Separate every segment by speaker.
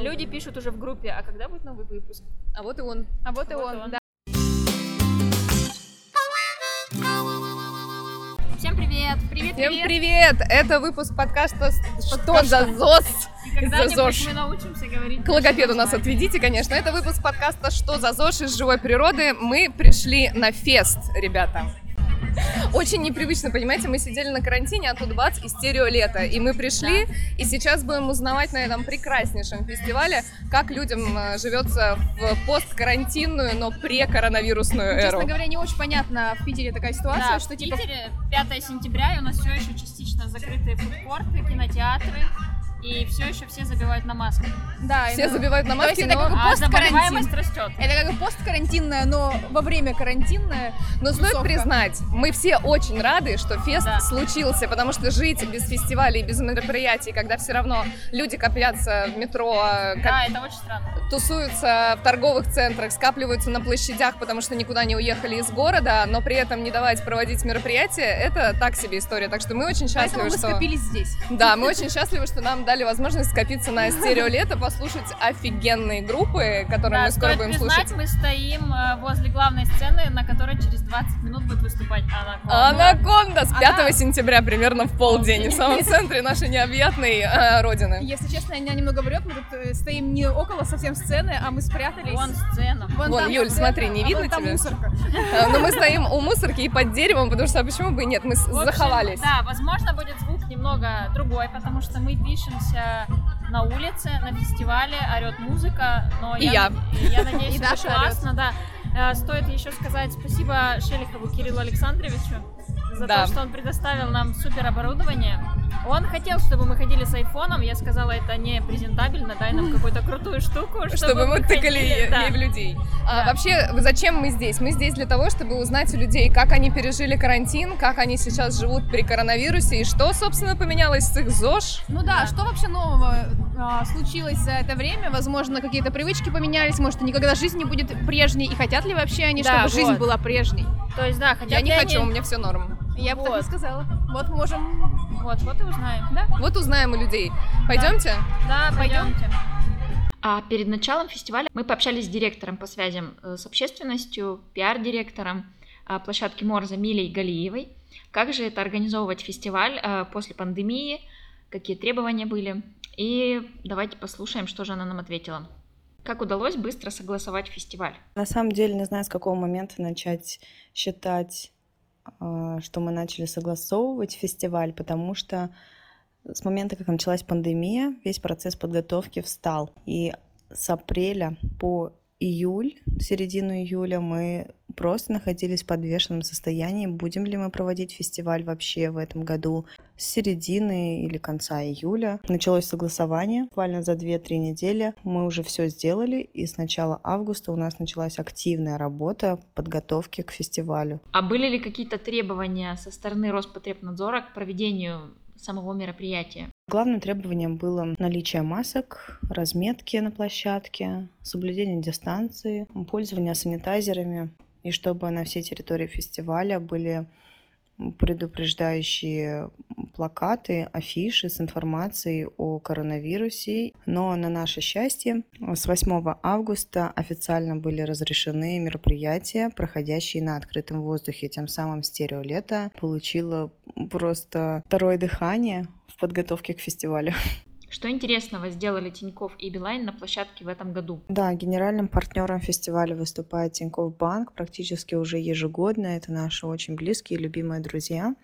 Speaker 1: люди пишут уже в группе, а когда будет новый выпуск?
Speaker 2: А вот и он.
Speaker 1: А вот и
Speaker 2: Вот
Speaker 1: он,
Speaker 2: он.
Speaker 1: да. Всем привет! Привет,
Speaker 2: Всем
Speaker 1: привет!
Speaker 2: привет! Это выпуск подкаста «Что за ЗОС?»
Speaker 1: Когда-нибудь
Speaker 2: ЗОЖ.
Speaker 1: мы научимся говорить.
Speaker 2: К логопеду
Speaker 1: нашими
Speaker 2: нас
Speaker 1: словами.
Speaker 2: отведите, конечно. Это выпуск подкаста «Что за ЗОЖ?» из живой природы. Мы пришли на фест, ребята. Очень непривычно, понимаете, мы сидели на карантине, а тут бац, и стерео лето. И мы пришли, и сейчас будем узнавать на этом прекраснейшем фестивале, как людям э, живется в посткарантинную, но прекоронавирусную эру.
Speaker 3: Честно говоря, не очень понятно в Питере такая ситуация,
Speaker 1: Да,
Speaker 3: что
Speaker 1: в
Speaker 3: типа
Speaker 1: Питере 5 сентября, и у нас все еще частично закрытые фудкорты, кинотеатры, и все еще все забивают на маски.
Speaker 3: да,
Speaker 2: Все
Speaker 1: ну,
Speaker 3: это-
Speaker 2: забивают на
Speaker 3: То есть
Speaker 2: маски,
Speaker 3: это
Speaker 2: но...
Speaker 3: как бы
Speaker 1: А
Speaker 3: посткарантин.
Speaker 1: заболеваемость растет.
Speaker 3: это как бы посткарантинная, но во время карантинная.
Speaker 2: Но стоит
Speaker 3: Тусовка.
Speaker 2: признать, мы все очень рады, что фест
Speaker 1: Да.
Speaker 2: случился, потому что жить без фестивалей, без мероприятий, когда все равно люди копятся в метро, э, коп-
Speaker 1: Да, это очень странно.
Speaker 2: тусуются в торговых центрах, скапливаются на площадях, потому что никуда не уехали из города, но при этом не давать проводить мероприятия, это так себе история. Так что мы очень
Speaker 3: Поэтому
Speaker 2: счастливы,
Speaker 3: мы
Speaker 2: что...
Speaker 3: скопились здесь.
Speaker 2: Да, мы очень счастливы, что нам дали возможность скопиться на стерео лето, послушать офигенные группы, которые
Speaker 1: Да,
Speaker 2: мы скоро
Speaker 1: Э, стоит
Speaker 2: будем
Speaker 1: признать,
Speaker 2: слушать.
Speaker 1: мы стоим э, возле главной сцены, на которой через 20 минут будет выступать Анаконда.
Speaker 2: Анаконда с 5
Speaker 3: ну, Она-
Speaker 2: сентября примерно в полдень в самом центре нашей необъятной э, родины.
Speaker 3: Если честно, меня немного врет, мы тут э, стоим не около совсем сцены, а мы спрятались.
Speaker 1: Вон сцена.
Speaker 2: Вон,
Speaker 3: там
Speaker 2: Юль,
Speaker 3: сцена,
Speaker 2: смотри, не
Speaker 3: а
Speaker 2: видно
Speaker 3: вон там
Speaker 2: тебя?
Speaker 3: мусорка.
Speaker 2: Э, Но мы стоим у мусорки и под деревом, потому что а почему бы и нет, мы
Speaker 1: В
Speaker 2: с-
Speaker 1: общем,
Speaker 2: заховались.
Speaker 1: Да, возможно, будет звук немного другой, потому что мы пишемся на улице, на фестивале, орет музыка, но
Speaker 2: И
Speaker 1: я,
Speaker 2: я.
Speaker 1: над- и я надеюсь,
Speaker 3: И
Speaker 1: это
Speaker 3: Даша орёт.
Speaker 1: классно, да. Э, Стоит еще сказать спасибо Шелихову Кириллу Александровичу за
Speaker 2: Да.
Speaker 1: то, что он предоставил нам супер оборудование. Он хотел, чтобы мы ходили с айфоном, я сказала, это не презентабельно, дай нам какую-то крутую штуку, чтобы,
Speaker 2: Чтобы мы тыкали
Speaker 1: ходили,
Speaker 2: е-
Speaker 1: да.
Speaker 2: ей в людей. А
Speaker 1: Да.
Speaker 2: Вообще, вы- зачем мы здесь? Мы здесь для того, чтобы узнать у людей, как они пережили карантин, как они сейчас живут при коронавирусе и что, собственно, поменялось с их ЗОЖ.
Speaker 3: Ну да,
Speaker 1: Да.
Speaker 3: что вообще нового а, случилось за это время? Возможно, какие-то привычки поменялись, может, и никогда жизнь не будет прежней. И хотят ли вообще они,
Speaker 1: Да,
Speaker 3: чтобы жизнь
Speaker 1: вот.
Speaker 3: была прежней?
Speaker 1: То есть, да, хотя
Speaker 2: Я не хочу, у меня все норм.
Speaker 3: Я бы так
Speaker 1: Вот.
Speaker 3: не сказала. Вот мы можем...
Speaker 1: Вот, вот и узнаем. Да?
Speaker 2: Вот узнаем у людей. Пойдемте?
Speaker 1: Да, пойдемте. А перед началом фестиваля мы пообщались с директором по связям э, с общественностью, пиар-директором э, площадки Морза Милей Галиевой. Как же это организовывать фестиваль э, после пандемии, какие требования были. И давайте послушаем, что же она нам ответила. Как удалось быстро согласовать фестиваль?
Speaker 4: На самом деле не знаю, с какого момента начать считать, а, что мы начали согласовывать фестиваль, потому что с момента, как началась пандемия, весь процесс подготовки встал. И с апреля по июль, середину июля, мы просто находились в подвешенном состоянии, будем ли мы проводить фестиваль вообще в этом году. С середины или конца июля началось согласование. Буквально за 2-3 недели мы уже все сделали, и с начала августа у нас началась активная работа подготовки к фестивалю.
Speaker 5: А были ли какие-то требования со стороны Роспотребнадзора к проведению самого мероприятия?
Speaker 4: Главным требованием было наличие масок, разметки на площадке, соблюдение дистанции, пользование санитайзерами, и чтобы на всей территории фестиваля были предупреждающие плакаты, афиши с информацией о коронавирусе. Но на наше счастье, с 8 августа официально были разрешены мероприятия, проходящие на открытом воздухе. Тем самым стереолето получило просто второе дыхание в подготовке к фестивалю.
Speaker 5: Что интересного сделали Тиньков и Билайн на площадке в этом году?
Speaker 4: Да, генеральным партнером фестиваля выступает Тинькофф Банк практически уже ежегодно. Это наши очень близкие и любимые друзья,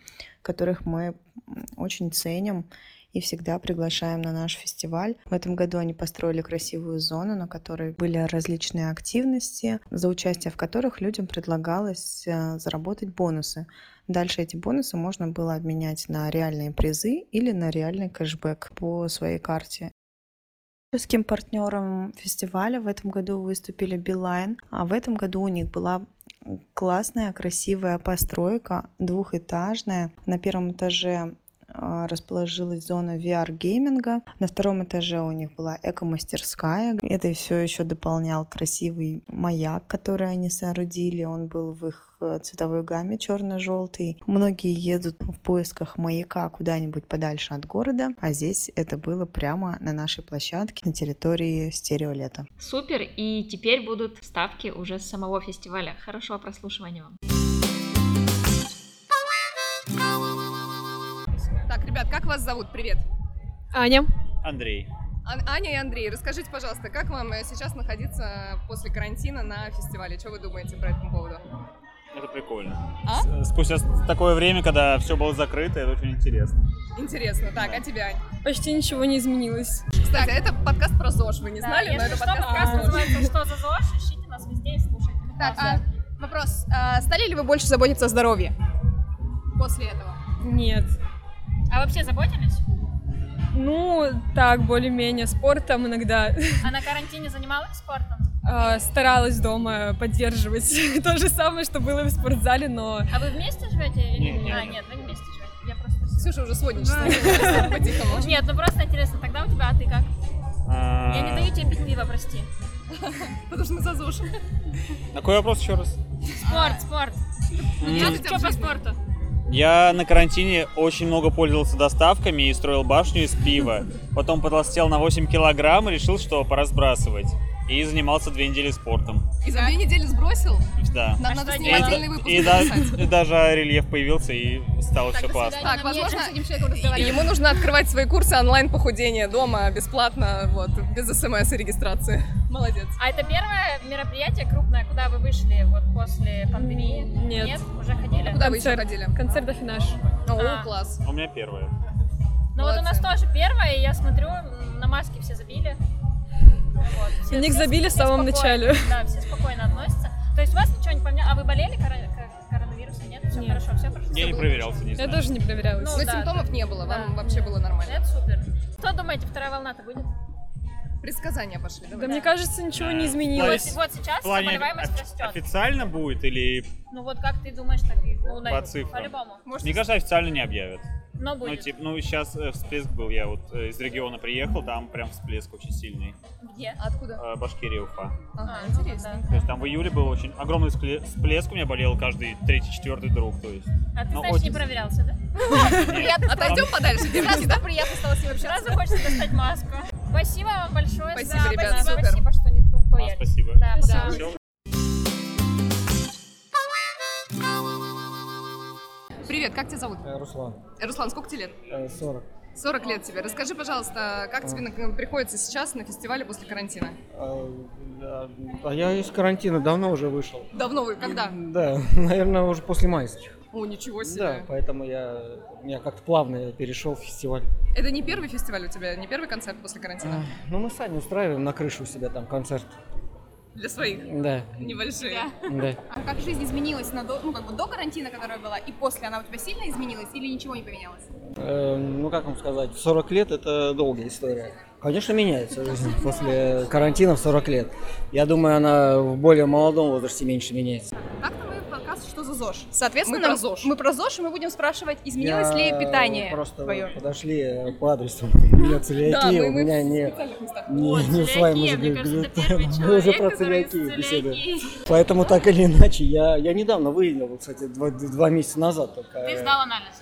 Speaker 4: которых мы м, очень ценим и всегда приглашаем на наш фестиваль. В этом году они построили красивую зону, на которой были различные активности, за участие в которых людям предлагалось э, заработать бонусы. Дальше эти бонусы можно было обменять на реальные призы или на реальный кэшбэк по своей карте. Русским партнером фестиваля в этом году выступили Билайн, а в этом году у них была классная, красивая постройка, двухэтажная. На первом этаже а, расположилась зона VR-гейминга. На втором этаже у них была эко-мастерская. Это все еще дополнял красивый маяк, который они соорудили. Он был в их э, цветовой гамме черно-желтый. Многие едут в поисках маяка куда-нибудь подальше от города, а здесь это было прямо на нашей площадке на территории стереолета.
Speaker 6: Супер, и теперь будут ставки уже с самого фестиваля. Хорошего прослушивания вам.
Speaker 2: Так, ребят, как вас зовут? Привет.
Speaker 3: Аня,
Speaker 7: Андрей.
Speaker 2: Ан- Аня и Андрей, расскажите, пожалуйста, как вам э, сейчас находиться после карантина на фестивале? Что вы думаете по этому поводу?
Speaker 7: Это прикольно.
Speaker 2: А?
Speaker 7: С- Спустя с- такое время, когда все было закрыто, это очень интересно.
Speaker 2: Интересно. Так, а тебе, Ань?
Speaker 8: Почти ничего не изменилось.
Speaker 2: Кстати, а это подкаст про ЗОЖ, вы не
Speaker 1: Да,
Speaker 2: знали, но
Speaker 1: если
Speaker 2: это
Speaker 1: что,
Speaker 2: подкаст
Speaker 1: подкаст
Speaker 2: про ЗОЖ.
Speaker 1: называется «Что за ЗОЖ?», ищите нас везде и слушайте. Ну,
Speaker 3: Так,
Speaker 1: классно.
Speaker 3: а, вопрос. А, стали ли вы больше заботиться о здоровье после этого?
Speaker 8: Нет.
Speaker 1: А вообще заботились?
Speaker 8: Ну, так, более-менее. Спортом иногда.
Speaker 1: А на карантине занималась спортом?
Speaker 8: А, Старалась дома поддерживать то же самое, что было и в спортзале, но...
Speaker 1: А вы вместе живете? или-
Speaker 7: Нет, нет,
Speaker 1: а,
Speaker 7: нет.
Speaker 1: нет, вы не вместе живете. Я просто...
Speaker 2: Ксюша уже сводничество. начинает по-тихому.
Speaker 1: Нет, ну просто интересно, тогда у тебя, а ты как? Я не
Speaker 7: А,
Speaker 1: даю тебе пить пиво, прости.
Speaker 2: Потому что мы за ЗОЖ.
Speaker 7: На какой вопрос еще раз?
Speaker 1: Спорт, спорт.
Speaker 7: М,
Speaker 2: тебя
Speaker 1: Что
Speaker 2: в
Speaker 1: по
Speaker 2: жизни?
Speaker 1: спорту?
Speaker 7: Я на карантине очень много пользовался доставками и строил башню из пива. Потом подлостел на 8 килограмм и решил, что пора сбрасывать. И занимался две недели спортом.
Speaker 2: И за две недели сбросил?
Speaker 7: Да.
Speaker 2: Нам
Speaker 1: А
Speaker 2: надо
Speaker 1: что
Speaker 2: снимать
Speaker 1: делать?
Speaker 2: отдельный выпуск.
Speaker 7: И, да-
Speaker 2: записать.
Speaker 7: и даже рельеф появился, и стало все классно.
Speaker 2: Так, возможно,
Speaker 3: с этим человеком разговаривать.
Speaker 2: ему нужно открывать свои курсы онлайн-похудения дома, бесплатно, вот, без смс и регистрации. Молодец.
Speaker 1: А это первое мероприятие крупное, куда вы вышли вот после пандемии?
Speaker 8: Нет.
Speaker 1: уже ходили?
Speaker 2: Ну, Куда вы еще
Speaker 8: Концерт.
Speaker 2: ходили?
Speaker 8: Концерт Афинаж.
Speaker 2: О,
Speaker 1: А.
Speaker 2: класс.
Speaker 7: У меня первое.
Speaker 1: Ну вот у нас
Speaker 2: Молодцы.
Speaker 1: тоже первое, и я смотрю, м, на маски все забили. Вот, все-
Speaker 8: На них
Speaker 1: все-
Speaker 8: забили в
Speaker 1: все
Speaker 8: самом
Speaker 1: спокойно,
Speaker 8: начале.
Speaker 1: Да, все спокойно относятся. То есть у вас ничего не поменялось? А вы болели коро- ко- коронавирусом? Нет? Все
Speaker 8: Нет.
Speaker 1: хорошо, все хорошо?
Speaker 7: Я не проверялся, не
Speaker 8: Я
Speaker 7: знаю.
Speaker 8: тоже не проверялась.
Speaker 1: Ну,
Speaker 2: Но
Speaker 1: да,
Speaker 2: симптомов не было, вам
Speaker 1: Да.
Speaker 2: вообще было нормально.
Speaker 1: Это супер. Что думаете, вторая волна-то будет?
Speaker 2: Предсказания пошли,
Speaker 8: Да
Speaker 2: давай.
Speaker 8: мне кажется, ничего не
Speaker 7: Да.
Speaker 1: Вот,
Speaker 8: изменилось.
Speaker 7: Плавить.
Speaker 1: вот сейчас
Speaker 7: В плане
Speaker 1: заболеваемость
Speaker 7: офи-
Speaker 1: растет.
Speaker 7: официально будет или...
Speaker 1: Ну вот как ты думаешь, так и ну,
Speaker 7: По цифрам.
Speaker 1: По-любому.
Speaker 2: Может,
Speaker 7: Мне кажется, официально не объявят.
Speaker 1: Но
Speaker 7: Ну,
Speaker 1: будет.
Speaker 7: типа, ну, сейчас всплеск был, я вот э, из региона приехал, там прям всплеск очень сильный.
Speaker 1: Где?
Speaker 2: Откуда?
Speaker 7: Э, Башкирия, Уфа.
Speaker 2: Ага,
Speaker 1: А, ну
Speaker 2: интересно.
Speaker 1: да.
Speaker 7: То есть там в июле был очень огромный скле- всплеск, у меня болел каждый третий, четвертый друг, то есть.
Speaker 1: А ты,
Speaker 7: Ну,
Speaker 1: значит, не
Speaker 7: очень-
Speaker 1: проверялся, да?
Speaker 7: Нет,
Speaker 2: Отойдем подальше, девочки, да?
Speaker 1: приятно стало с ним общаться. Сразу хочется достать маску. Спасибо вам большое. за-
Speaker 2: Спасибо, ребят,
Speaker 1: спасибо,
Speaker 2: супер.
Speaker 1: Спасибо, что не
Speaker 7: там- А,
Speaker 1: поехали.
Speaker 7: спасибо.
Speaker 1: Да,
Speaker 8: Спасибо.
Speaker 1: пока.
Speaker 7: Всё.
Speaker 2: Привет, как тебя зовут?
Speaker 9: Э, Руслан,
Speaker 2: Э, Руслан, сколько тебе лет?
Speaker 9: э, 40.
Speaker 2: 40 лет тебе. Расскажи, пожалуйста, как тебе на- э, приходится сейчас на фестивале после карантина?
Speaker 9: А, да, а я из карантина давно уже вышел.
Speaker 2: Давно вы? Когда?
Speaker 9: Да, наверное, уже после майских.
Speaker 2: О, ничего
Speaker 9: Да,
Speaker 2: себе.
Speaker 9: поэтому я, я как-то плавно я перешел в фестиваль.
Speaker 2: Это не первый фестиваль у тебя, не первый концерт после карантина?
Speaker 9: Ну, мы сами устраиваем на крышу у себя там концерт.
Speaker 2: Для своих.
Speaker 9: Да,
Speaker 2: Небольшие.
Speaker 9: да.
Speaker 3: А как жизнь изменилась на до, ну, как бы до карантина, которая была, и после она у тебя сильно изменилась или ничего не поменялось?
Speaker 9: Э, ну, как вам сказать, в 40 лет это долгая история. Конечно, меняется жизнь после карантина в 40 лет. Я думаю, она в более молодом возрасте меньше меняется.
Speaker 3: Как-то мы подкаст «Что за ЗОЖ?» Соответственно,
Speaker 2: Мы про
Speaker 3: нам-
Speaker 2: ЗОЖ.
Speaker 3: Мы про ЗОЖ, и мы будем спрашивать, изменилось
Speaker 9: Я
Speaker 3: ли питание
Speaker 9: Просто
Speaker 3: твое.
Speaker 9: подошли э, по адресу. У меня целиакия, у
Speaker 2: мы- мы
Speaker 9: меня
Speaker 2: в
Speaker 9: не...
Speaker 2: специальных местах.
Speaker 9: Не, не усваиваем уже,
Speaker 1: мне кажется, это первый
Speaker 9: говорит, мы
Speaker 1: человек,
Speaker 9: уже про
Speaker 1: который с
Speaker 9: целиакию беседуем.
Speaker 1: целиакией.
Speaker 9: Поэтому так или иначе, я, я недавно выявил, кстати, два, два месяца назад только. э,
Speaker 1: Ты сдал анализ.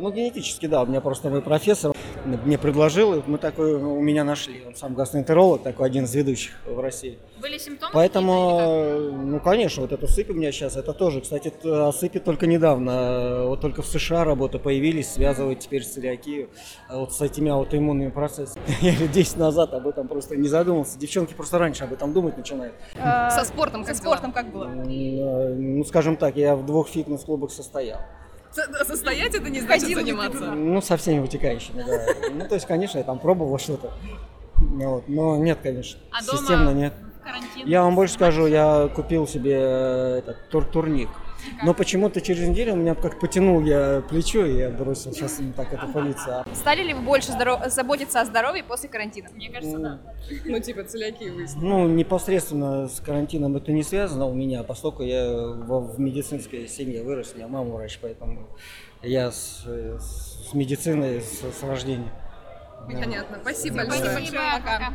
Speaker 9: Ну, генетически, да, у меня просто мой профессор мне предложил, и мы такой у меня нашли. Он сам гастроэнтеролог, такой один из ведущих в России.
Speaker 1: Были симптомы?
Speaker 9: Поэтому,
Speaker 1: какие-то или
Speaker 9: э, ну, конечно, вот эту сыпь у меня сейчас, это тоже, кстати, т- о сыпи только недавно, э, вот только в США работы появились, связывают теперь целиакию э, вот с этими аутоиммунными процессами. Я лет 10 назад об этом просто не задумался, девчонки просто раньше об этом думать начинают.
Speaker 3: Э,
Speaker 2: Со спортом
Speaker 3: со
Speaker 2: как
Speaker 3: спортом как было?
Speaker 9: М, э, Ну, скажем так, я в двух фитнес-клубах состоял.
Speaker 2: Со- Состоять это не значит
Speaker 3: Ходила ли ты
Speaker 2: заниматься.
Speaker 9: Ну, со всеми вытекающими, да. Ну, то есть, конечно, я там пробовал что-то. Ну Вот. Но нет, конечно.
Speaker 1: А дома
Speaker 9: Системно нет.
Speaker 1: Карантин.
Speaker 9: Я вам больше скажу, я купил себе э, этот тур турник. Но почему-то через неделю у меня как потянул я плечо, и я бросил. Сейчас не так это полиция.
Speaker 3: Стали ли вы больше здоро- заботиться о здоровье после карантина?
Speaker 10: Мне кажется, да.
Speaker 11: Ну, типа, целиакию выяснили.
Speaker 9: Ну, непосредственно с карантином это не связано у меня, поскольку я во- в медицинской семье вырос, у меня мама врач, поэтому я с, э, с медициной с, с рождения. Да.
Speaker 2: Понятно. Спасибо
Speaker 9: Спасибо
Speaker 2: большое. Пока.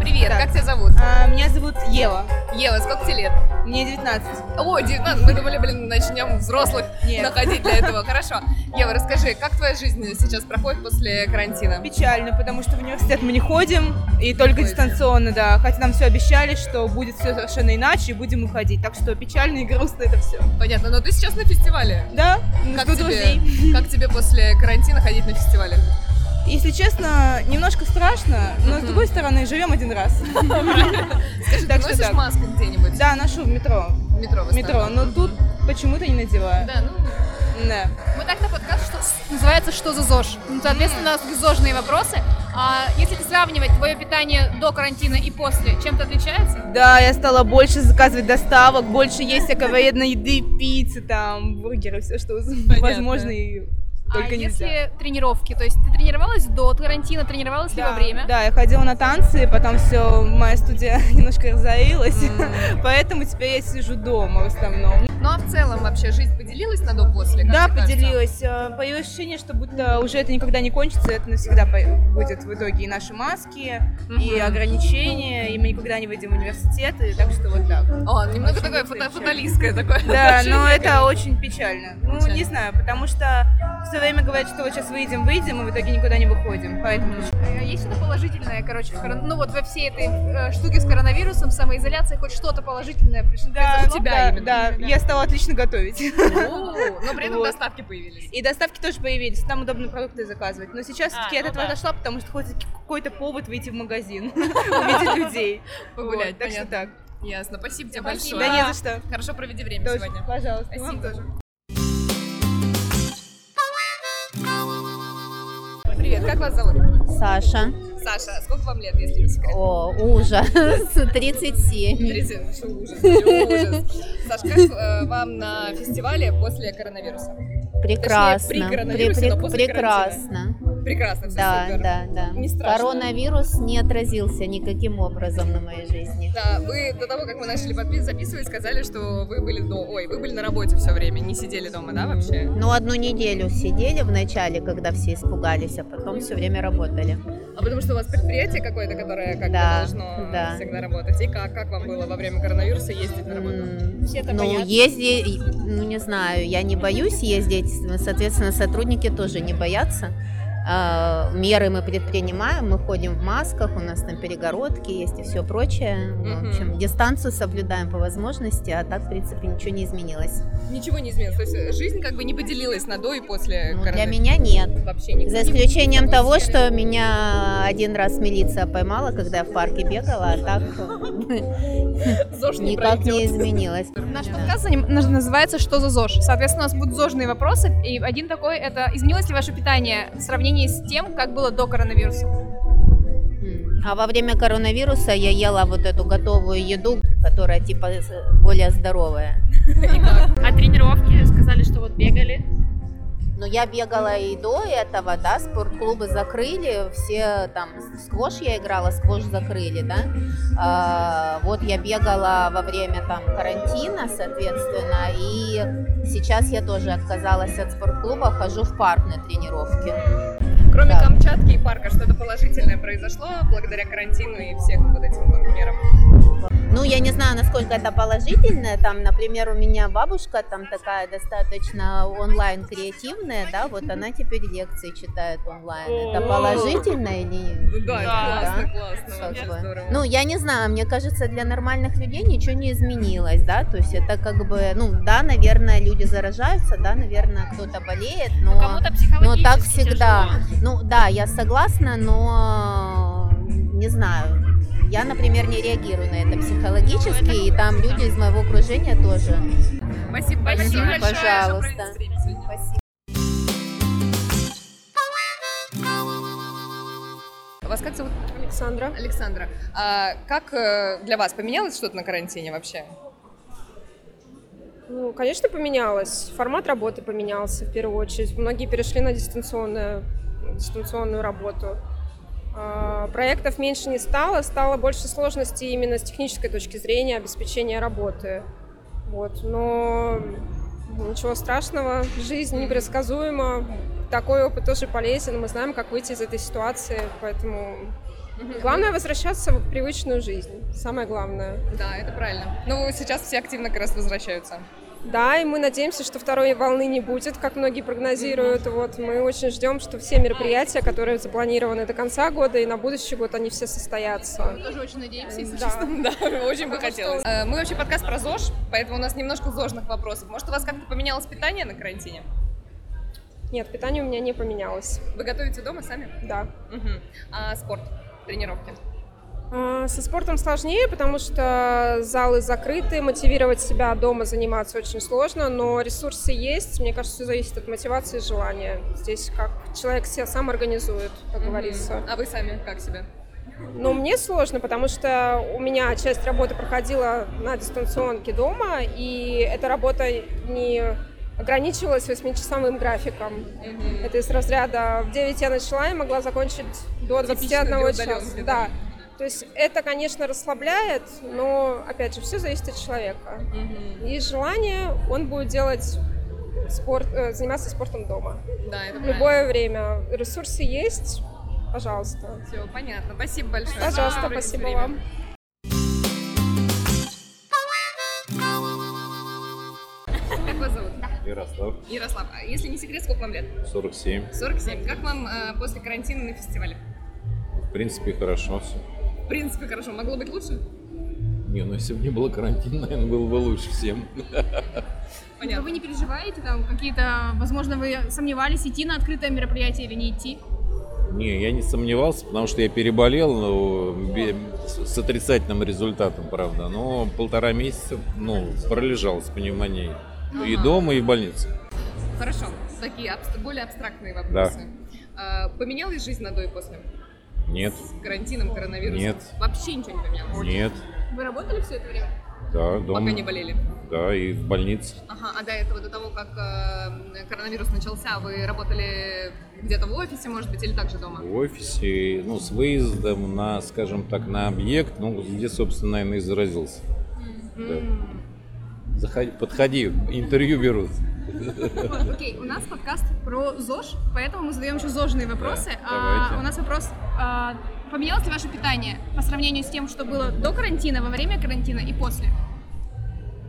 Speaker 2: Привет, как тебя зовут?
Speaker 12: А, меня зовут Ева.
Speaker 2: Ева, сколько тебе лет?
Speaker 12: Мне 19.
Speaker 2: О, 19, мы думали, блин, начнем взрослых
Speaker 12: Нет.
Speaker 2: находить для этого. Хорошо. Ева, расскажи, как твоя жизнь сейчас проходит после карантина?
Speaker 12: Печально, потому что в университет мы не ходим, и только дистанционно, да. Хотя нам все обещали, что будет все совершенно иначе, и будем уходить. Так что печально и грустно это все.
Speaker 2: Понятно, но ты сейчас на фестивале.
Speaker 12: Да,
Speaker 2: Как
Speaker 12: жду друзей.
Speaker 2: тебе, как тебе после карантина ходить на фестивале?
Speaker 12: Если честно, немножко страшно, но с
Speaker 2: Мгм.
Speaker 12: другой стороны, живем один раз.
Speaker 2: Скажи, ты
Speaker 12: Так что
Speaker 2: носишь
Speaker 12: так.
Speaker 2: маску где-нибудь?
Speaker 12: Да, ношу в метро.
Speaker 2: В метро в
Speaker 12: В метро,
Speaker 2: основном?
Speaker 12: но тут почему-то не надеваю.
Speaker 2: Да, ну,
Speaker 12: Да.
Speaker 2: мы так на подкаст, что...
Speaker 3: Называется «Что за ЗОЖ?». Ну, Соответственно, у нас ЗОЖные вопросы. А если сравнивать твое питание до карантина и после, чем-то отличается?
Speaker 12: Да, я стала больше заказывать доставок, больше есть всякой военной еды, пиццы, там, бургеры, все, что возможно и только
Speaker 3: а
Speaker 12: нельзя.
Speaker 3: если тренировки? То есть ты тренировалась до карантина, тренировалась ли во время?
Speaker 12: Да, я ходила на танцы, потом все, моя студия немножко разорилась, поэтому теперь я сижу дома в основном.
Speaker 2: Ну, а в целом вообще жизнь поделилась на до-после? как
Speaker 12: да,
Speaker 2: тебе кажется?
Speaker 12: поделилась. Э, Появилось ощущение, что будто уже это никогда не кончится, это навсегда по- будет в итоге и наши маски, и
Speaker 2: Мгм.
Speaker 12: ограничения, и мы никогда не выйдем в университет, и так что вот так.
Speaker 2: О, немного
Speaker 12: Очень
Speaker 2: такое
Speaker 12: быстро
Speaker 2: фата-
Speaker 12: всё.
Speaker 2: фаталистское такое.
Speaker 12: Да, но
Speaker 2: отношение,
Speaker 12: это очень печально. Ну,
Speaker 2: Печально.
Speaker 12: не знаю, потому что все время говорят, что вот сейчас выйдем, выйдем, и в итоге никуда не выходим. Поэтому
Speaker 3: Э, Есть что-то положительное, короче, в корон- ну вот во всей этой э, штуке с коронавирусом, самоизоляция, хоть что-то положительное пришло
Speaker 12: да, ну да,
Speaker 3: именно? Ну,
Speaker 12: да, я стала отлично готовить.
Speaker 2: О, Но Ну, при этом
Speaker 12: Вот.
Speaker 2: доставки появились. А,
Speaker 12: И доставки тоже появились, там удобно продукты заказывать. Но сейчас все-таки
Speaker 10: ну
Speaker 12: от этого
Speaker 10: да.
Speaker 12: отошла, потому что хоть какой-то повод выйти в магазин, увидеть людей.
Speaker 2: Погулять,
Speaker 12: Вот, Так что
Speaker 2: понятно.
Speaker 12: так.
Speaker 2: Ясно, спасибо тебе
Speaker 12: Да
Speaker 2: большое.
Speaker 12: не за что.
Speaker 2: Хорошо проведи время
Speaker 12: Тоже,
Speaker 2: сегодня.
Speaker 12: Пожалуйста.
Speaker 2: Спасибо.
Speaker 12: Вам тоже.
Speaker 2: Привет, как вас зовут?
Speaker 13: Саша.
Speaker 2: Саша, а сколько вам лет, если не секрет?
Speaker 13: О, ужас. 37.
Speaker 2: Смотрите, что ужас, ужас. Саш, как э, вам на фестивале после коронавируса?
Speaker 13: Прекрасно.
Speaker 2: при коронавирусе, но после
Speaker 13: прекрасно.
Speaker 2: Прекрасно, все
Speaker 13: Да,
Speaker 2: супер.
Speaker 13: да, да.
Speaker 2: Не страшно.
Speaker 13: Коронавирус не отразился никаким образом на моей жизни.
Speaker 2: Да, вы до того, как мы начали подпис- записывать, сказали, что вы были до... Ой, вы были на работе все время, не сидели дома, да, вообще?
Speaker 13: Ну, одну неделю сидели в начале, когда все испугались, а потом все время работали.
Speaker 2: А потому что у вас предприятие какое-то, которое как бы
Speaker 13: Да,
Speaker 2: должно
Speaker 13: да.
Speaker 2: всегда работать. И как, как вам было во время коронавируса ездить на работу?
Speaker 13: М, Ну, езди, ну, не знаю, я не боюсь ездить, соответственно, сотрудники тоже не боятся. А, Меры мы предпринимаем, мы ходим в масках, у нас там перегородки есть и все прочее. В
Speaker 2: Мгм.
Speaker 13: общем, дистанцию соблюдаем по возможности, а так, в принципе, ничего не изменилось.
Speaker 2: Ничего не изменилось. То есть э, жизнь как бы не поделилась на до и после
Speaker 13: Ну, для
Speaker 2: коронавируса.
Speaker 13: меня нет.
Speaker 2: Вообще никак.
Speaker 13: За исключением того, что меня один раз милиция поймала, когда я в парке бегала, а так
Speaker 2: ЗОЖ не
Speaker 13: никак не
Speaker 2: пройдет.
Speaker 13: изменилось.
Speaker 3: Наш
Speaker 13: Да.
Speaker 3: подкаст заним- наз- называется «Что за ЗОЖ?». Соответственно, у нас будут ЗОЖные вопросы, и один такой – это изменилось ли ваше питание в сравнении с тем, как было до коронавируса?
Speaker 13: М. А во время коронавируса я ела вот эту готовую еду, которая типа с- более здоровая.
Speaker 1: А тренировки сказали, что вот бегали.
Speaker 13: Но я бегала и до этого, да, спортклубы закрыли, все там, в сквош я играла, сквош закрыли, да. А, вот я бегала во время там карантина, соответственно, и сейчас я тоже отказалась от спортклуба, хожу в парк на тренировки.
Speaker 2: Кроме
Speaker 13: Да.
Speaker 2: Камчатки и парка, что-то положительное произошло благодаря карантину и всем вот этим вот мерам.
Speaker 13: Ну, я не знаю, насколько это положительно. Там, например, у меня бабушка там такая достаточно онлайн креативная, да, вот она теперь лекции читает онлайн. Это
Speaker 2: О.
Speaker 13: положительно или
Speaker 2: Ну да,
Speaker 13: Да.
Speaker 2: классно, классно,
Speaker 13: как
Speaker 2: вообще
Speaker 13: бы.
Speaker 2: здорово.
Speaker 13: Ну, я не знаю, мне кажется, для нормальных людей ничего не изменилось, да, то есть это как бы, ну, да, наверное, люди заражаются, да, наверное, кто-то болеет, но...
Speaker 1: Кому-то психологически
Speaker 13: Ну, так всегда.
Speaker 1: тяжело.
Speaker 13: Ну да, я согласна, но э, не знаю. Я, например, не реагирую на это психологически,
Speaker 1: Ну, это
Speaker 13: и там
Speaker 1: круто.
Speaker 13: люди из моего окружения тоже.
Speaker 2: Спасибо
Speaker 13: Спасибо,
Speaker 2: большое, большое, что
Speaker 13: пожалуйста.
Speaker 2: провели время сегодня.
Speaker 13: Спасибо.
Speaker 2: Вас как зовут?
Speaker 8: Александра.
Speaker 2: Александра. А как э, для вас поменялось что-то на карантине вообще?
Speaker 8: Ну, конечно, поменялось. Формат работы поменялся в первую очередь. Многие перешли на дистанционную, дистанционную работу. А, Проектов меньше не стало, стало больше сложностей именно с технической точки зрения обеспечения работы. Вот, но ничего страшного, жизнь непредсказуема, такой опыт тоже полезен, мы знаем, как выйти из этой ситуации, поэтому главное возвращаться в привычную жизнь, самое главное.
Speaker 2: Да, это правильно. Ну, сейчас все активно как раз возвращаются.
Speaker 8: Да, и мы надеемся, что второй волны не будет, как многие прогнозируют. Вот мы очень ждем, что все мероприятия, которые запланированы до конца года и на будущий год, они все состоятся.
Speaker 2: Мы тоже очень надеемся, если
Speaker 8: Да.
Speaker 2: честно. Да, очень бы хотелось. Э, Мы вообще подкаст про ЗОЖ, поэтому у нас немножко зожных вопросов. Может, у вас как-то поменялось питание на карантине?
Speaker 8: Нет, питание у меня не поменялось.
Speaker 2: Вы готовите дома сами?
Speaker 8: Да.
Speaker 2: А спорт, тренировки?
Speaker 8: А, Со спортом сложнее, потому что залы закрыты, мотивировать себя дома заниматься очень сложно, но ресурсы есть. Мне кажется, все зависит от мотивации и желания. Здесь как человек себя сам организует, как говорится.
Speaker 2: Мгм. А вы сами как себя?
Speaker 8: Ну, мне сложно, потому что у меня часть работы проходила на дистанционке дома, и эта работа не ограничивалась восьмичасовым графиком. Это из разряда в 9 я начала и могла закончить до
Speaker 2: Типично
Speaker 8: 21
Speaker 2: для
Speaker 8: часа.
Speaker 2: удалёнки, да.
Speaker 8: Да. То есть это, конечно, расслабляет, но, опять же, все зависит от человека. И желание, он будет делать спорт, э, заниматься спортом дома.
Speaker 2: Да, это
Speaker 8: В любое время. Ресурсы есть, пожалуйста.
Speaker 2: Все, понятно. Спасибо большое.
Speaker 8: Пожалуйста,
Speaker 2: Доброе
Speaker 8: спасибо
Speaker 2: время.
Speaker 8: вам.
Speaker 2: Как вас зовут?
Speaker 14: Ярослав,
Speaker 2: Ярослав. А Если не секрет, сколько вам лет?
Speaker 14: 47.
Speaker 2: 47. Как вам э, после карантина на фестивале?
Speaker 14: В принципе, хорошо все.
Speaker 2: В принципе, хорошо. Могло быть лучше?
Speaker 14: Не, ну если бы не было карантина, наверное, было бы лучше всем.
Speaker 2: Понятно.
Speaker 3: Вы не переживаете там какие-то, возможно, вы сомневались, идти на открытое мероприятие или не идти?
Speaker 14: Не, я не сомневался, потому что я переболел но бе- с с отрицательным результатом, правда. Но полтора месяца ну, пролежал с пневмонией. И
Speaker 2: Ага.
Speaker 14: дома, и в больнице.
Speaker 2: Хорошо. Такие абст- более абстрактные вопросы. Э, поменялась жизнь на до и после?
Speaker 14: Нет,
Speaker 2: С карантином, коронавирусом?
Speaker 14: Нет.
Speaker 2: Вообще ничего не поменялось?
Speaker 14: нет,
Speaker 2: Вы работали все это время?
Speaker 14: да, дома.
Speaker 2: Пока не болели?
Speaker 14: Да, и в больнице.
Speaker 2: Ага, а до этого, до того, как э, коронавирус начался, вы работали где-то в офисе, может быть, или также дома?
Speaker 14: В офисе, ну, с выездом на, скажем так, на объект, ну, где, собственно, наверное, и заразился.
Speaker 2: М.
Speaker 14: Заходи, подходи, интервью берут.
Speaker 3: Вот, Окей, у нас подкаст про ЗОЖ, поэтому мы задаем еще ЗОЖные вопросы.
Speaker 14: Да,
Speaker 3: А,
Speaker 14: давайте.
Speaker 3: у нас вопрос, а, поменялось ли ваше питание по сравнению с тем, что было до карантина, во время карантина и после?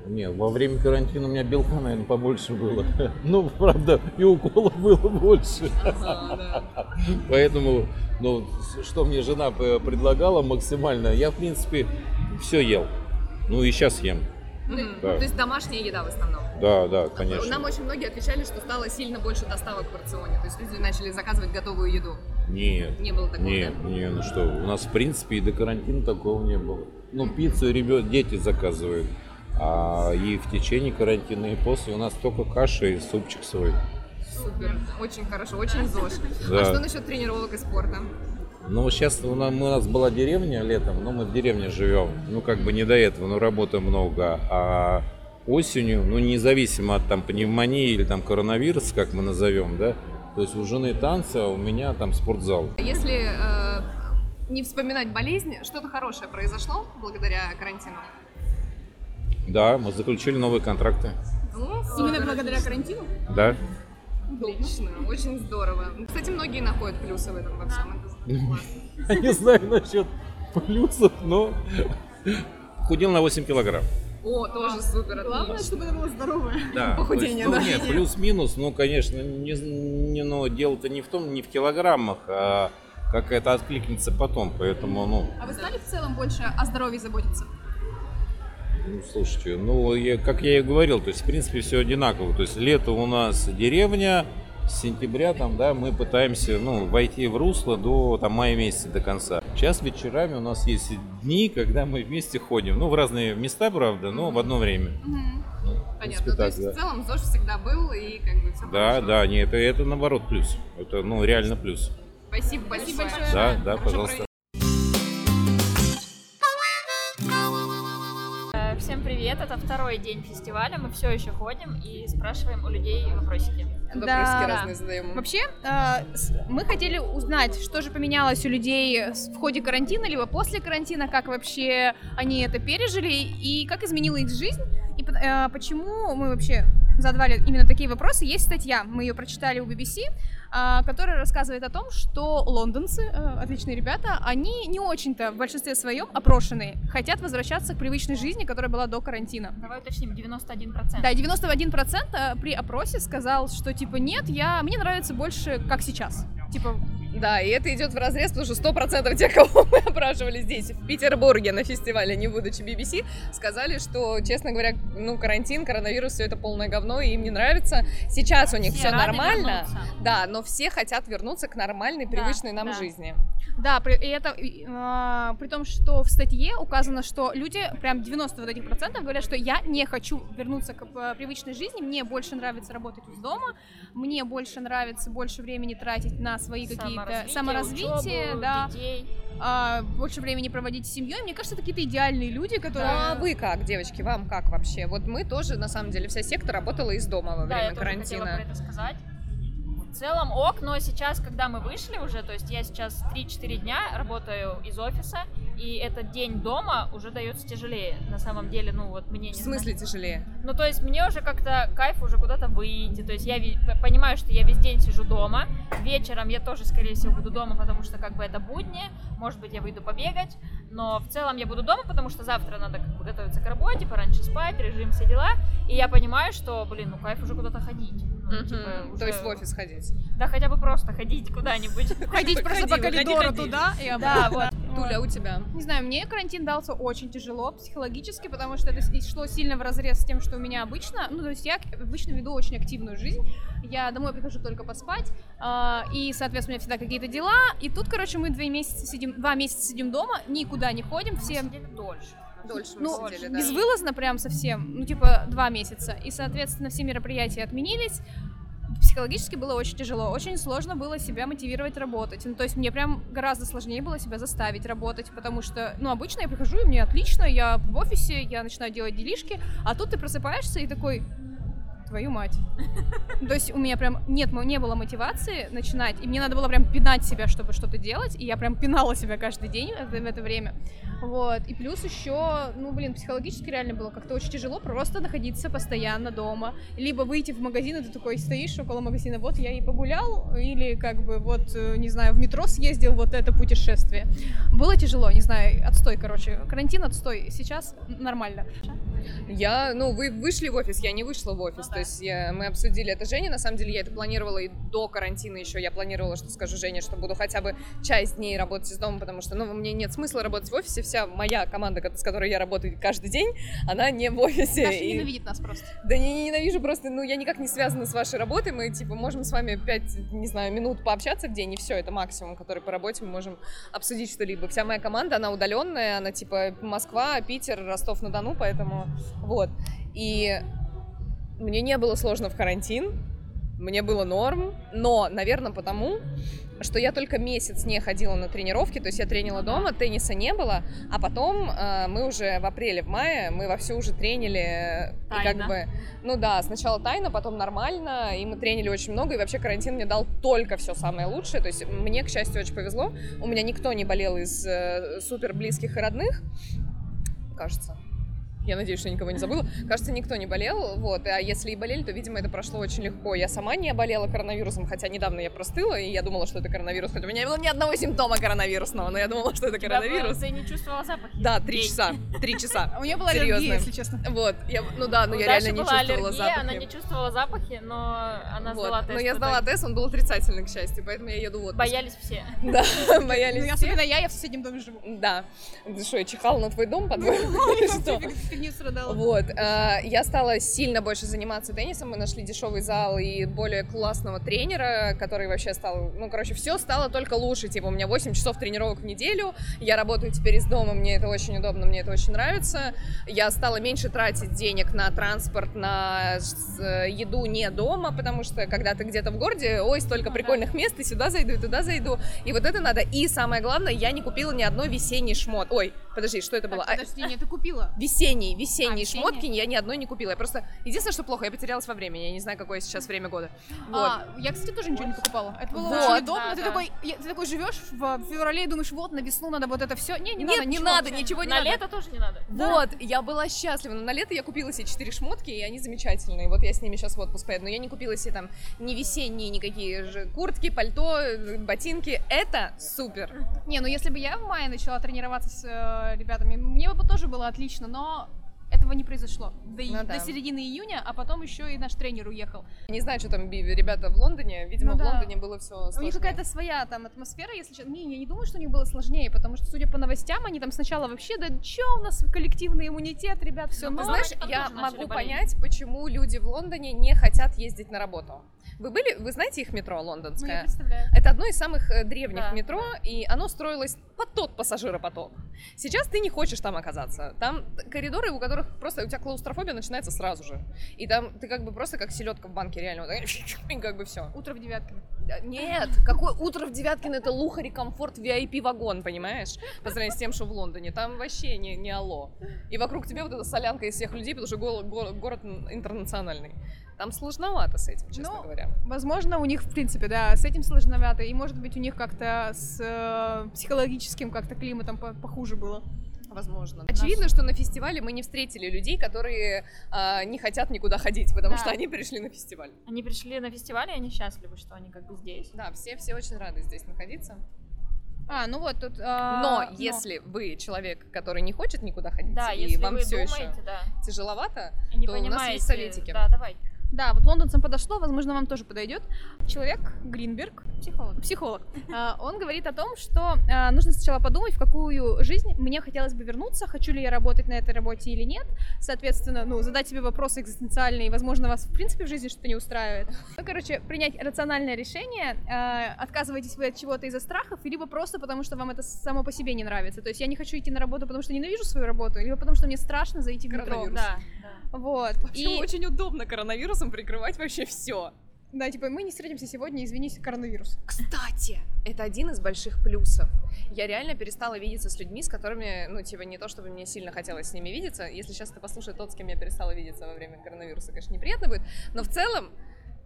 Speaker 14: Не, во время карантина у меня белка, наверное, побольше было. Ну, правда, и уколов было больше. Поэтому, ну, с- что мне жена п- предлагала максимально, я, в принципе, все ел. Ну и сейчас ем.
Speaker 2: Мгм.
Speaker 14: Ну, Да.
Speaker 2: То есть домашняя еда в основном?
Speaker 14: Да, да, конечно.
Speaker 2: Нам очень многие отвечали, что стало сильно больше доставок в рационе. То есть люди начали заказывать готовую еду.
Speaker 14: Нет.
Speaker 2: Не было такого,
Speaker 14: Не, не, ну что, у нас, в принципе, и до карантина такого не было. Ну, пиццу ребят, дети заказывают. А и в течение карантина, и после у нас только каша и супчик свой.
Speaker 2: Супер. Очень хорошо, очень ЗОЖ. А
Speaker 14: Да.
Speaker 2: что насчет тренировок и спорта?
Speaker 14: Ну, сейчас у нас, у нас была деревня летом, но мы в деревне живем. Ну, как бы не до этого, но работы много. А осенью, ну, независимо от там пневмонии или там коронавируса, как мы назовем, да, то есть у жены танцы, а у меня там спортзал.
Speaker 2: Если э, не вспоминать болезни, что-то хорошее произошло благодаря карантину?
Speaker 14: Да, мы заключили новые контракты.
Speaker 2: Ну,
Speaker 3: Именно
Speaker 2: супер,
Speaker 3: благодаря
Speaker 2: отлично.
Speaker 3: карантину?
Speaker 14: Да.
Speaker 2: Отлично, очень здорово. Кстати, многие находят плюсы в этом во всем. Это
Speaker 14: Я не знаю насчет плюсов, но худел на 8 килограмм.
Speaker 2: О, тоже супер.
Speaker 3: Главное, чтобы это было здоровое
Speaker 14: Да, то есть,
Speaker 3: похудение,
Speaker 14: ну,
Speaker 3: да.
Speaker 14: Нет, плюс-минус, ну, конечно, не, не- но дело-то не в том, не в килограммах, а как это откликнется потом. Поэтому, ну,
Speaker 3: А вы стали в целом больше о здоровье заботиться?
Speaker 14: ну, слушайте, ну, я- как я и говорил, то есть, в принципе, все одинаково. То есть, лето у нас деревня, с сентября там, да, мы пытаемся, ну, войти в русло до там мая месяца до конца. Сейчас вечерами у нас есть дни, когда мы вместе ходим, ну, в разные места, правда, но в одно время. Ну, в принципе,
Speaker 2: Понятно. То
Speaker 14: так,
Speaker 2: есть
Speaker 14: да.
Speaker 2: в целом ЗОЖ всегда был и как бы все
Speaker 14: Да, да, нет, это, это наоборот плюс. Это, ну, реально плюс.
Speaker 2: Спасибо,
Speaker 3: Спасибо большое.
Speaker 14: Да, да, пожалуйста.
Speaker 1: Э, Всем привет! Это второй день фестиваля. Мы все еще ходим и спрашиваем у людей вопросики.
Speaker 3: Да. Вообще, э, с- мы хотели узнать, что же поменялось у людей с- в ходе карантина, либо после карантина, как вообще они это пережили и как изменила их жизнь, и по- э, почему мы вообще задавали именно такие вопросы. Есть статья, мы ее прочитали у BBC, э, которая рассказывает о том, что лондонцы, э, отличные ребята, они не очень-то в большинстве своем опрошенные, хотят возвращаться к привычной жизни, которая была до карантина.
Speaker 1: Давай уточним, 91%.
Speaker 3: Да, 91% э, при опросе сказал, что типа нет, я мне нравится больше как сейчас. Типа
Speaker 2: Да, и это идет в разрез, потому что 100% тех, кого мы опрашивали здесь, в Петербурге на фестивале, не будучи BBC, сказали, что, честно говоря, ну, карантин, коронавирус, все это полное говно, и им не нравится. Сейчас у них
Speaker 3: Все
Speaker 2: все
Speaker 3: рады
Speaker 2: нормально,
Speaker 3: вернуться.
Speaker 2: да, но все хотят вернуться к нормальной, привычной нам
Speaker 3: да.
Speaker 2: жизни.
Speaker 3: да, при, и это и, а, при том, что в статье указано, что люди прям 90 вот этих процентов говорят, что я не хочу вернуться к э, привычной жизни, мне больше нравится работать из дома, мне больше нравится больше времени тратить на свои какие-то
Speaker 1: Саморазвитие,
Speaker 3: саморазвитие,
Speaker 1: учебу,
Speaker 3: да,
Speaker 1: детей.
Speaker 3: а, больше времени проводить с семьей. Мне кажется, это какие-то идеальные люди, которые
Speaker 2: Ну, а вы как, девочки, вам как вообще? Вот мы тоже, на самом деле, вся секта работала из дома во
Speaker 1: Да, я
Speaker 2: время
Speaker 1: тоже
Speaker 2: карантина.
Speaker 1: хотела про это сказать. В целом ок, но сейчас, когда мы вышли уже, то есть я сейчас 3-4 дня работаю из офиса, и этот день дома уже дается тяжелее. На самом деле, ну вот мне не
Speaker 2: В смысле
Speaker 1: знаю.
Speaker 2: тяжелее?
Speaker 1: Ну, то есть мне уже как-то кайф уже куда-то выйти. То есть я ви- п- понимаю, что я весь день сижу дома. Вечером я тоже, скорее всего, буду дома, потому что как бы это будни. Может быть, я выйду побегать. Но в целом я буду дома, потому что завтра надо как бы готовиться к работе, пораньше спать, режим, все дела. И я понимаю, что, блин, ну кайф уже куда-то ходить. Ну,
Speaker 2: Мгм.
Speaker 1: типа,
Speaker 2: То
Speaker 1: уже-
Speaker 2: есть в офис ходить.
Speaker 1: Да, хотя бы просто ходить куда-нибудь.
Speaker 3: Ходить просто по коридору туда и
Speaker 1: Да,
Speaker 3: обратно.
Speaker 1: вот.
Speaker 2: Туля, у тебя?
Speaker 3: Не знаю, мне карантин дался очень тяжело психологически, потому что это с- шло сильно в разрез с тем, что у меня обычно, ну, то есть я к- обычно веду очень активную жизнь, я домой прихожу только поспать, а, и, соответственно, у меня всегда какие-то дела, и тут, короче, мы два месяца сидим, два месяца сидим дома, никуда не ходим, все...
Speaker 1: дольше.
Speaker 2: Дольше мы
Speaker 3: Ну,
Speaker 2: сидели, да.
Speaker 3: безвылазно прям совсем, ну, типа, два месяца, и, соответственно, все мероприятия отменились, психологически было очень тяжело, очень сложно было себя мотивировать работать. Ну, то есть мне прям гораздо сложнее было себя заставить работать, потому что, ну, обычно я прихожу, и мне отлично, я в офисе, я начинаю делать делишки, а тут ты просыпаешься и такой, твою мать. Ну, То есть у меня прям нет, мо- не было мотивации начинать, и мне надо было прям пинать себя, чтобы что-то делать, и я прям пинала себя каждый день в это- в это время. Вот, и плюс еще, ну, блин, психологически реально было как-то очень тяжело просто находиться постоянно дома. Либо выйти в магазин, и ты такой стоишь около магазина, вот я и погулял, или как бы вот, э, не знаю, в метро съездил, вот это путешествие. Было тяжело, не знаю, отстой, короче. Карантин, отстой. Сейчас нормально.
Speaker 2: Я, ну, вы вышли в офис, я не вышла в офис. то есть я- мы обсудили это с Женей. На самом деле я это планировала и до карантина еще. Я планировала, что скажу Жене, что буду хотя бы часть дней работать из дома, потому что, ну, мне нет смысла работать в офисе. Вся моя команда, ко- с которой я работаю каждый день, она не в офисе.
Speaker 3: Даша
Speaker 2: И-
Speaker 3: ненавидит нас просто.
Speaker 2: Да не не ненавижу, просто, ну, я никак не связана с вашей работой. Мы, типа, можем с вами пять, не знаю, минут пообщаться в день, и все, это максимум, который по работе мы можем обсудить что-либо. Вся моя команда, она удаленная, она, типа, Москва, Питер, Ростов-на-Дону, поэтому вот. И мне не было сложно в карантин, мне было норм, но, наверное, потому, что я только месяц не ходила на тренировки, то есть я тренила дома, тенниса не было, а потом э, мы уже в апреле, в мае, мы вовсю уже тренили, э, и
Speaker 1: Тайно.
Speaker 2: как бы, ну да, сначала тайно, потом нормально, и мы тренили очень много, и вообще карантин мне дал только все самое лучшее, то есть мне, к счастью, очень повезло, у меня никто не болел из э, супер близких и родных, кажется. Я надеюсь, что я никого не забыла. Кажется, никто не болел, вот. А если и болели, то, видимо, это прошло очень легко. Я сама не болела коронавирусом, хотя недавно я простыла, и я думала, что это коронавирус, хотя у меня не было ни одного симптома коронавирусного, но я думала, что это коронавирус.
Speaker 1: Ты не чувствовала запахи?
Speaker 2: Да, три часа. Три часа.
Speaker 3: У меня была
Speaker 2: Серьезно.
Speaker 3: аллергия, если честно.
Speaker 2: Вот, я, ну да, но
Speaker 1: У
Speaker 2: я
Speaker 1: Даши
Speaker 2: реально не
Speaker 1: была
Speaker 2: чувствовала
Speaker 1: аллергия,
Speaker 2: запахи.
Speaker 1: Она не чувствовала запахи, но она
Speaker 2: Вот.
Speaker 1: сдала тест.
Speaker 2: Но я
Speaker 1: в
Speaker 2: сдала
Speaker 1: итоге.
Speaker 2: тест, он был отрицательный, к счастью, поэтому я еду вот.
Speaker 1: Боялись все.
Speaker 2: Да, боялись.
Speaker 3: Ну, особенно я, я в соседнем доме живу.
Speaker 1: Ну,
Speaker 2: Да. Ты что, я чихала на твой дом, по-твоему? Или что?
Speaker 3: Переницу родала.
Speaker 2: Вот, э, я стала сильно больше заниматься теннисом, мы нашли дешевый зал и более классного тренера, который вообще стал, ну, короче, все стало только лучше, типа, у меня 8 часов тренировок в неделю, я работаю теперь из дома, мне это очень удобно, мне это очень нравится, я стала меньше тратить денег на транспорт, на с- э, еду не дома, потому что когда ты где-то в городе, ой, столько прикольных мест, и сюда зайду, и туда зайду, и вот это надо, и самое главное, я не купила ни одной весенний шмот, ой, подожди, что это было? А-
Speaker 3: Подожди, нет, ты купила.
Speaker 2: Весенний, весенний
Speaker 3: А, весенний?
Speaker 2: шмотки я ни одной не купила. Я просто единственное, что плохо, я потерялась во времени. Я не знаю, какое сейчас время года. Вот.
Speaker 3: А, я, кстати, тоже ничего не покупала. Это было
Speaker 2: Вот.
Speaker 3: очень удобно.
Speaker 2: Да,
Speaker 3: ты,
Speaker 2: да.
Speaker 3: Такой, я- ты такой живешь в феврале и думаешь, вот, на весну надо вот это все. Не, не
Speaker 2: Нет,
Speaker 3: надо.
Speaker 2: не
Speaker 3: ничего
Speaker 2: надо,
Speaker 3: вообще.
Speaker 2: ничего не
Speaker 1: На
Speaker 2: надо.
Speaker 1: лето тоже не надо.
Speaker 2: Вот, я была счастлива, но на лето я купила себе четыре шмотки, и они замечательные. Вот я с ними сейчас в отпуск поеду. Но я не купила себе там ни весенние никакие же куртки, пальто, э, ботинки. Это супер.
Speaker 3: Не, ну если бы я в мае начала тренироваться с э, ребятами, мне бы тоже было отлично, но этого не произошло. До, и-
Speaker 2: Ну да.
Speaker 3: до середины июня, а потом еще и наш тренер уехал.
Speaker 2: Не знаю, что там би- ребята в Лондоне. Видимо,
Speaker 3: Ну
Speaker 2: в
Speaker 3: да.
Speaker 2: Лондоне было все
Speaker 3: У них какая-то своя там атмосфера, если честно. Не, я не думаю, что у них было сложнее, потому что, судя по новостям, они там сначала вообще, да че у нас коллективный иммунитет, ребят, а все
Speaker 2: Ты знаешь, я
Speaker 1: тоже начали
Speaker 2: могу
Speaker 1: болеть.
Speaker 2: понять, почему люди в Лондоне не хотят ездить на работу. Вы были, вы знаете их метро
Speaker 3: Ну, я
Speaker 2: лондонское?
Speaker 3: представляю.
Speaker 2: Это одно из самых э, древних
Speaker 3: Да,
Speaker 2: метро, и оно строилось под тот пассажиропоток. Сейчас ты не хочешь там оказаться. Там коридоры, у которых просто у тебя клаустрофобия начинается сразу же. И там ты как бы просто как селедка в банке, реально. вот так, и как бы все.
Speaker 3: Утро в девятке.
Speaker 2: Нет, какое утро в Девяткино, это лухари комфорт VIP-вагон, понимаешь? По сравнению с тем, что в Лондоне. Там вообще не, не алло. И вокруг тебя вот эта солянка из всех людей, потому что го- го- город интернациональный. Там сложновато с этим, честно
Speaker 3: Ну,
Speaker 2: говоря.
Speaker 3: Возможно, у них, в принципе, да, с этим сложновато. И, может быть, у них как-то с э, психологическим как-то климатом по- похуже было.
Speaker 2: Возможно. Очевидно, что на фестивале мы не встретили людей, которые а, не хотят никуда ходить, потому
Speaker 1: Да.
Speaker 2: что они пришли на фестиваль.
Speaker 1: Они пришли на фестиваль, и они счастливы, что они как бы здесь.
Speaker 2: Да, все, все очень рады здесь находиться.
Speaker 3: А, ну вот тут...
Speaker 2: Но если вы человек, который не хочет никуда ходить,
Speaker 1: Да,
Speaker 2: и
Speaker 1: если
Speaker 2: вам
Speaker 1: вы
Speaker 2: все
Speaker 1: думаете,
Speaker 2: еще
Speaker 1: да.
Speaker 2: тяжеловато,
Speaker 1: И не
Speaker 2: то у нас
Speaker 1: понимаете,
Speaker 2: есть советики.
Speaker 1: да, давай.
Speaker 3: Да, вот лондонцам подошло, возможно, вам тоже подойдет. Человек, Гринберг, психолог, психолог а, он говорит о том, что а, нужно сначала подумать, в какую жизнь мне хотелось бы вернуться, хочу ли я работать на этой работе или нет. Соответственно, ну, задать себе вопросы экзистенциальные, возможно, вас в принципе в жизни что-то не устраивает. Ну, короче, принять рациональное решение, а, отказываетесь вы от чего-то из-за страхов, либо просто потому, что вам это само по себе не нравится. То есть я не хочу идти на работу, потому что ненавижу свою работу, либо потому, что мне страшно зайти в метро.
Speaker 2: Коронавирус. Да,
Speaker 3: Вот.
Speaker 2: Вообще очень удобно коронавирусом прикрывать вообще все.
Speaker 3: Да, типа, мы не встретимся сегодня, извините, коронавирус.
Speaker 2: Кстати, это один из больших плюсов. Я реально перестала видеться с людьми, с которыми, ну, типа, не то чтобы мне сильно хотелось с ними видеться. Если сейчас ты послушаешь тот, с кем я перестала видеться во время коронавируса, конечно, неприятно будет. Но в целом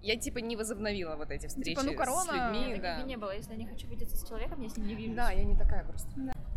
Speaker 2: я, типа, не возобновила вот эти встречи
Speaker 1: Типа, ну,
Speaker 2: с
Speaker 1: корона,
Speaker 2: людьми.
Speaker 1: так
Speaker 2: да.
Speaker 1: и не было. Если я не хочу видеться с человеком, я с ним не вижусь.
Speaker 2: Да, я не такая просто.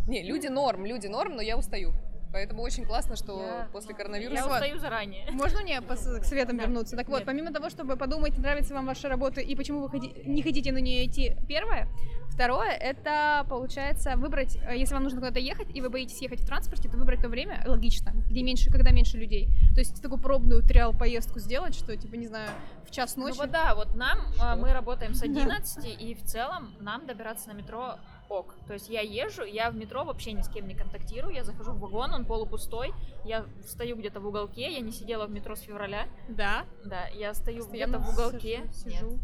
Speaker 2: Не, люди норм, люди норм, но я устаю. Поэтому очень классно, что
Speaker 1: Я-
Speaker 2: после
Speaker 1: Я
Speaker 2: коронавируса...
Speaker 1: устаю заранее.
Speaker 3: Можно мне по- с- к советам вернуться? Так вот, помимо того, чтобы подумать, нравится вам ваша работа и почему вы ходи- не хотите на нее идти, первое. Второе, это, получается, выбрать, э, если вам нужно куда-то ехать, и вы боитесь ехать в транспорте, то выбрать то время, логично, где меньше, когда меньше людей. То есть такую пробную триал поездку сделать, что, типа, не знаю, в час
Speaker 1: Ну
Speaker 3: ночи.
Speaker 1: вот да, вот нам, а, мы работаем с
Speaker 3: Да.
Speaker 1: 11, и в целом нам добираться на метро ок. То есть я езжу, я в метро вообще ни с кем не контактирую, я захожу в вагон, он полупустой, я стою где-то в уголке, я не сидела в метро с февраля.
Speaker 3: Да?
Speaker 1: Да, я стою
Speaker 2: Постоянно
Speaker 1: где-то в уголке.
Speaker 2: сижу, сижу.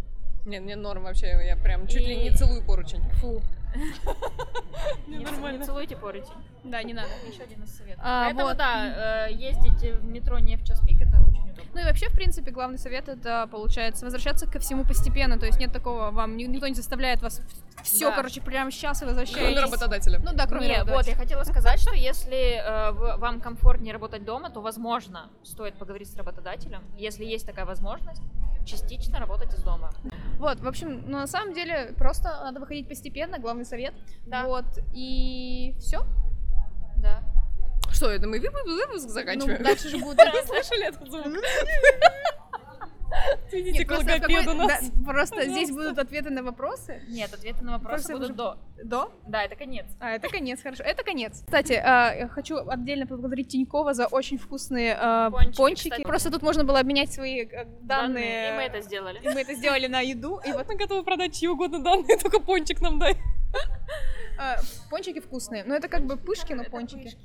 Speaker 2: Не, мне норм вообще, я прям чуть ли не целую поручень. Фу.
Speaker 1: Не, не целуйте поручень.
Speaker 3: Да, не надо.
Speaker 1: Еще один из советов.
Speaker 3: А,
Speaker 1: Поэтому
Speaker 3: вот.
Speaker 1: да, э, ездить в метро не в час пик, это очень удобно.
Speaker 3: Ну и вообще, в принципе, главный совет это, получается, возвращаться ко всему постепенно. То есть нет такого, вам ни- никто не заставляет вас все,
Speaker 1: Да.
Speaker 3: короче, прямо сейчас и возвращаетесь.
Speaker 2: Кроме работодателя.
Speaker 3: Ну да, кроме
Speaker 1: Не, вот, я
Speaker 3: работодателя.
Speaker 1: хотела сказать, что если э, вы- вам комфортнее работать дома, то, возможно, стоит поговорить с работодателем, если есть такая возможность, частично работать из дома.
Speaker 3: Вот, в общем, ну на самом деле просто надо выходить постепенно, главный совет. Да. Вот, и все.
Speaker 1: Да.
Speaker 2: Что, это мы выпуск, выпуск заканчиваем?
Speaker 3: Ну, дальше же будет...
Speaker 2: Вы слышали этот звук?
Speaker 1: Ну,
Speaker 3: Нет, просто в
Speaker 2: логопед
Speaker 3: какой-
Speaker 2: у нас.
Speaker 3: да, Просто здесь будут ответы на вопросы.
Speaker 1: Нет, ответы на вопросы
Speaker 3: Вопросы
Speaker 1: будут
Speaker 3: уже-
Speaker 1: до.
Speaker 3: До?
Speaker 1: Да, это конец.
Speaker 3: А, это конец, хорошо. Это конец. Кстати, э, я хочу отдельно поблагодарить Тинькова за очень вкусные э,
Speaker 1: Пончики,
Speaker 3: пончики.
Speaker 1: кстати.
Speaker 3: Просто тут можно было обменять свои э, данные.
Speaker 1: Данные, и мы это сделали.
Speaker 3: И мы это сделали на еду. И вот
Speaker 11: Мы готовы продать чьи угодно данные, только пончик нам дай.
Speaker 3: а, э, пончики вкусные. Но это как бы пышки, но пончики.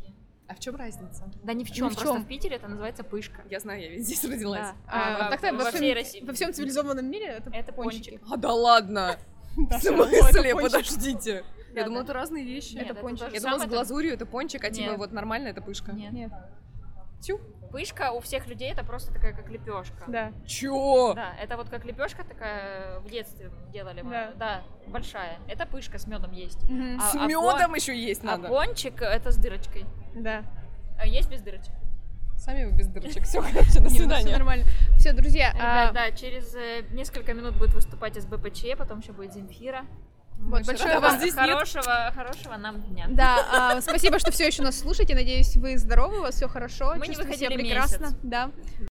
Speaker 2: А в чем разница?
Speaker 1: Да ни в чем, просто в Питере это называется пышка.
Speaker 2: Я знаю, я ведь здесь родилась.
Speaker 1: Да. А,
Speaker 2: А,
Speaker 1: во-
Speaker 2: так-то
Speaker 1: во
Speaker 2: во всем-
Speaker 1: всей России.
Speaker 2: во всем цивилизованном мире это,
Speaker 1: пончики.
Speaker 2: А да ладно! В
Speaker 1: это
Speaker 2: смысле?
Speaker 1: пончики.
Speaker 2: Подождите.
Speaker 1: Да,
Speaker 2: Я думала,
Speaker 1: да.
Speaker 2: это разные вещи.
Speaker 1: Нет, это то же
Speaker 2: Я думала, с
Speaker 1: самое,
Speaker 2: глазурью это пончик, а типа
Speaker 1: Нет.
Speaker 2: вот нормально это пышка.
Speaker 1: Нет.
Speaker 2: Тю.
Speaker 1: Пышка у всех людей это просто такая, как лепешка.
Speaker 2: Да. Чё?
Speaker 1: Да, это вот как лепешка такая э, в детстве делали. мы.
Speaker 2: Да.
Speaker 1: Да, большая. Это пышка с медом есть.
Speaker 2: Мгм. С
Speaker 1: пон-
Speaker 2: мёдом ещё есть надо.
Speaker 1: А пончик это с дырочкой.
Speaker 3: Да.
Speaker 1: А есть без дырочек?
Speaker 2: Сами вы без дырочек. Все, короче, до
Speaker 3: Не, ну всё
Speaker 2: свидания.
Speaker 3: нормально. Все, друзья,
Speaker 1: Ребят,
Speaker 3: а,
Speaker 1: Э, да, через э, несколько минут будет выступать из БПЧ, потом еще будет Земфира.
Speaker 3: Вот, большое
Speaker 1: Рада
Speaker 3: вам-
Speaker 1: вас здесь нет. хорошего, хорошего нам дня.
Speaker 3: Да, а, спасибо, что все еще нас слушаете. Надеюсь, вы здоровы, у вас все хорошо,
Speaker 1: Мы не
Speaker 3: чувствуете себя
Speaker 1: выходили
Speaker 3: прекрасно.
Speaker 1: месяц.
Speaker 3: Да.